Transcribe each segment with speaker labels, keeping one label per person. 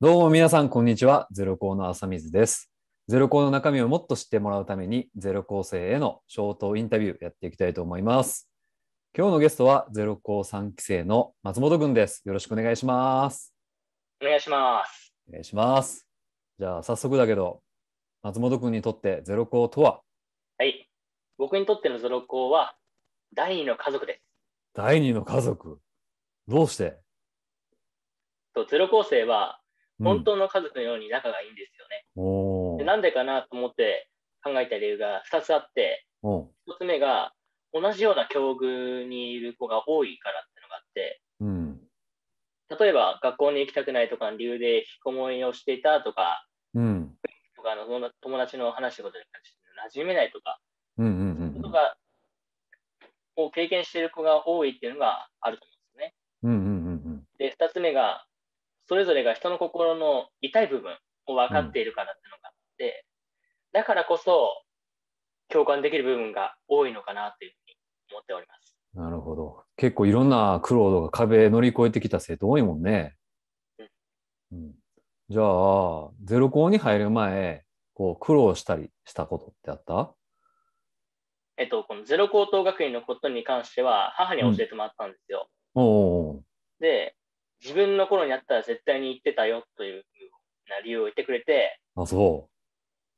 Speaker 1: どうも皆さん、こんにちは。ゼロ校の浅水です。ゼロ校の中身をもっと知ってもらうために、ゼロ校生への消灯インタビューやっていきたいと思います。今日のゲストは、ゼロ校3期生の松本くんです。よろしくお願いします。
Speaker 2: お願いします。
Speaker 1: お願いします。じゃあ、早速だけど、松本くんにとってゼロ校とは、
Speaker 2: はい。僕にとってのゾロ校は第二の家族です。
Speaker 1: 第二の家族。どうして、
Speaker 2: とゼロ校生は
Speaker 1: うん
Speaker 2: 本当の家族のように仲がいいんですよね。
Speaker 1: お
Speaker 2: で
Speaker 1: ー
Speaker 2: なんでかなと思って考えた理由が2つあって、
Speaker 1: うん
Speaker 2: 1つ目が同じような境遇にいる子が多いからってのがあって、
Speaker 1: うん。
Speaker 2: 例えば学校に行きたくないとかの理由で引きこもりをしていたとか、
Speaker 1: うん。
Speaker 2: とかあのその友達の話したことに関して馴染めないとか、
Speaker 1: うん。うん。
Speaker 2: そういう
Speaker 1: う
Speaker 2: こと
Speaker 1: ん
Speaker 2: がを経験している子が多いっていうのがあると思うんですね。
Speaker 1: うん。うん。うん。
Speaker 2: で、2つ目が、それぞれが人の心の痛い部分を分かっているからっていうのがあって、だからこそ共感できる部分が多いのかなっていうふうに思っております。
Speaker 1: なるほど。結構いろんな苦労とか壁乗り越えてきた生徒多いもんね。うん、じゃあ、ゼロ校に入る前、こう苦労したりしたことってあった
Speaker 2: えっと、このゼロ高等学院のことに関しては、母に教えてもらったんですよ。
Speaker 1: おう
Speaker 2: で、自分の頃にあったら絶対に言ってたよというふうな理由を言ってくれて、
Speaker 1: おう、あ、そ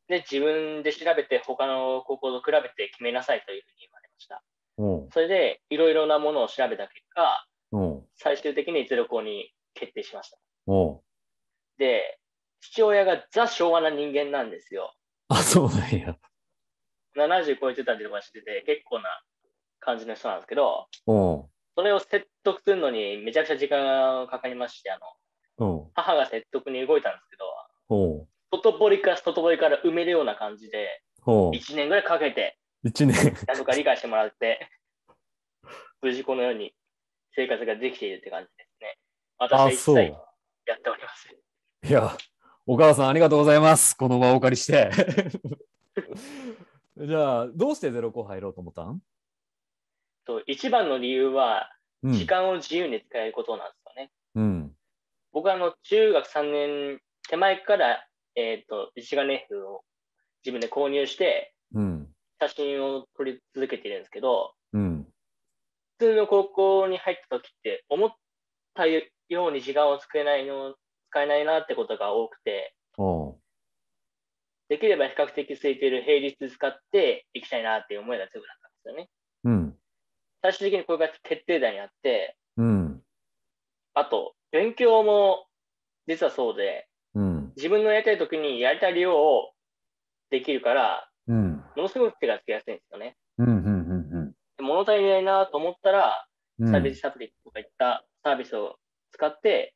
Speaker 2: で、自分で調べて、他の高校と比べて決めなさいというふうに言われました。
Speaker 1: う。お
Speaker 2: それで、いろいろなものを調べた結果、
Speaker 1: う、おう、
Speaker 2: 最終的にゼロ校に決定しました。
Speaker 1: おう。
Speaker 2: で、父親がザ昭和な人間なんですよ。
Speaker 1: あ、そうなんや。
Speaker 2: 70超えてたりとかしてて、結構な感じの人なんですけど、
Speaker 1: おう、
Speaker 2: それを説得するのにめちゃくちゃ時間がかかりまして、あの、
Speaker 1: おう、
Speaker 2: 母が説得に動いたんですけど、
Speaker 1: おう、
Speaker 2: 外堀から外堀から埋めるような感じで、
Speaker 1: おう。
Speaker 2: 1年ぐらいかけて、
Speaker 1: 一年。
Speaker 2: なんとか理解してもらって、無事このように生活ができているって感じですね。私は
Speaker 1: あ、
Speaker 2: 一切
Speaker 1: そう。
Speaker 2: やっておりません。
Speaker 1: いや、お母さんありがとうございます。この場をお借りして。 じゃあ、どうしてゼロ校入ろうと思ったん
Speaker 2: と一番の理由は、
Speaker 1: う
Speaker 2: 時
Speaker 1: ん。
Speaker 2: 間を自由に使えることなんですよね。
Speaker 1: うん。
Speaker 2: 僕はあの中学3年手前から、えっと一眼レフを自分で購入して
Speaker 1: うん。
Speaker 2: 写真を撮り続けているんですけど
Speaker 1: うん。
Speaker 2: 普通の高校に入った時って思ったように時間を使えないの使えないなってことが多くて
Speaker 1: おう。
Speaker 2: できれば比較的空いている平日使っていきたいなっていう思いが強くなったんですよね。
Speaker 1: うん。
Speaker 2: 最終的にこれが決定打にあって
Speaker 1: うん。
Speaker 2: あと勉強も実はそうで
Speaker 1: うん。
Speaker 2: 自分のやりたい時にやりたい量をできるから
Speaker 1: うん。
Speaker 2: ものすごく手がつけやすいんですよね。
Speaker 1: うん。うん。
Speaker 2: で物足りないなと思ったら、
Speaker 1: うん。
Speaker 2: サービスサプリとかいったサービスを使って、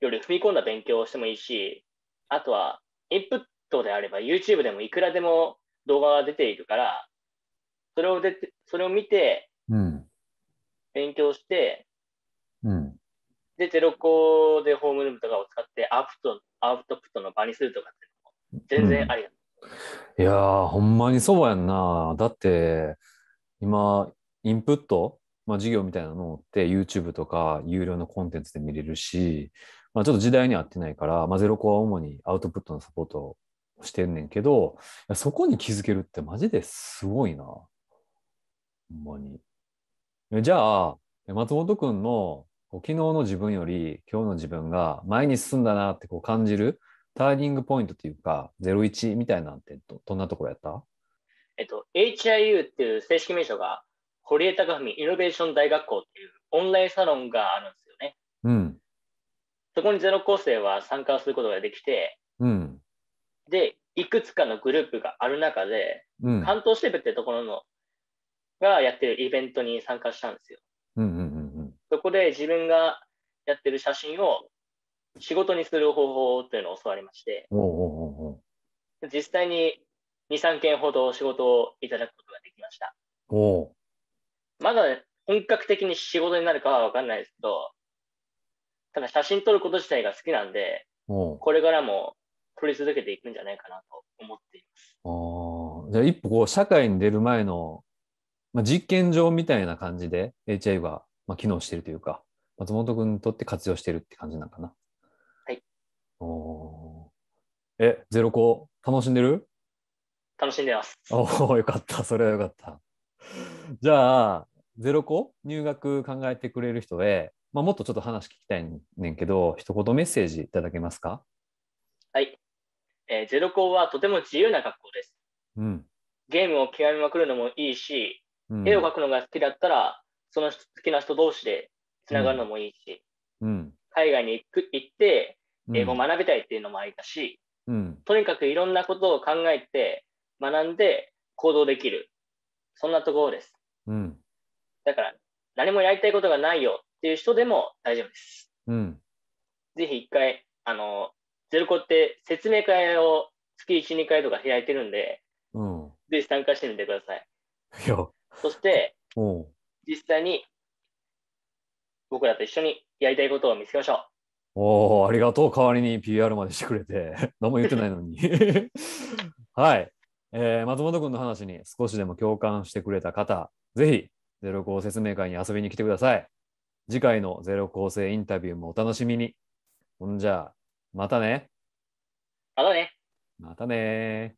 Speaker 2: より踏み込んだ勉強をしてもいいし、あとはインプットであれば YouTube でもいくらでも動画が出ているから、それを出てそれを見て
Speaker 1: うん。
Speaker 2: 勉強して、
Speaker 1: うん。
Speaker 2: で、ゼロコでホームルームとかを使ってアウトアウトプットの場にするとかっていうのも全然ありだ、
Speaker 1: いやー、ほんまにそうやんな。だって、今、インプット、まあ、授業みたいなのって YouTube とか有料のコンテンツで見れるし、まあ、ちょっと時代に合ってないから、まあ、ゼロコアは主にアウトプットのサポートをしてんねんけど、いやそこに気づけるってマジですごいな。ほんまに。えじゃあ、松本くんのこう昨日の自分より今日の自分が前に進んだなってこう感じるターニングポイントというか、01みたいなんてど、どんなところやった
Speaker 2: えっと、HIU っていう正式名称が、堀江貴文イノベーション大学校っていうオンラインサロンがあるんですよね。
Speaker 1: うん、
Speaker 2: そこにゼロ構成は参加することができて、
Speaker 1: うん、
Speaker 2: で、いくつかのグループがある中で、
Speaker 1: うん、うん、
Speaker 2: 関東支部ってところのがやってるイベントに参加したんですよ。
Speaker 1: うん、うん、
Speaker 2: そこで自分がやってる写真を仕事にする方法というのを教わりまして、
Speaker 1: おうおうおう
Speaker 2: 実際に2、3件ほど仕事をいただくことができました。
Speaker 1: おうおう
Speaker 2: まだ本格的に仕事になるかはわかんないですけど、ただ写真撮ること自体が好きなんで、
Speaker 1: おう
Speaker 2: これからも撮り続けていくんじゃないかなと思っています。
Speaker 1: あーじゃあ一歩こう社会に出る前の、まあ、実験場みたいな感じで HI が、まあ、機能してるというか松本君にとって活用してるって感じなんかな。
Speaker 2: はい。
Speaker 1: あおーえ、ゼロコ楽しんでる
Speaker 2: 楽しんでます。
Speaker 1: おお、よかった。それはよかった。じゃあ、ゼロ個入学考えてくれる人へ、まあ、もっとちょっと話聞きたいねんけど、一言メッセージいただけますか
Speaker 2: はい。えーゼロ校はとても自由な学校です。
Speaker 1: うん。
Speaker 2: ゲームを極めまくるのもいいし、
Speaker 1: うん
Speaker 2: 絵を描くのが好きだったら、その好きな人同士でつながるのもいいし、
Speaker 1: うん。
Speaker 2: 海外に行く行って
Speaker 1: うん
Speaker 2: 英語を学びたいっていうのもありだし、
Speaker 1: うん。
Speaker 2: とにかくいろんなことを考えて学んで行動できる。そんなところです。
Speaker 1: うん。
Speaker 2: だから、何もやりたいことがないよっていう人でも大丈夫です。
Speaker 1: うん。
Speaker 2: ぜひ一回、あの、ゼロコって説明会を月1、2回とか開いてるんで、
Speaker 1: うん。
Speaker 2: ぜひ参加してみてください。
Speaker 1: いや、
Speaker 2: そして、
Speaker 1: おう
Speaker 2: 実際に僕らと一緒にやりたいことを見つけましょう。
Speaker 1: おーありがとう。代わりに PR までしてくれて。 何も言ってないのに。はい。えー松本君の話に少しでも共感してくれた方、ぜひ、ゼロ校説明会に遊びに来てください。次回のゼロ校生インタビューもお楽しみに。ほんじゃあ、またね。
Speaker 2: またね。
Speaker 1: またね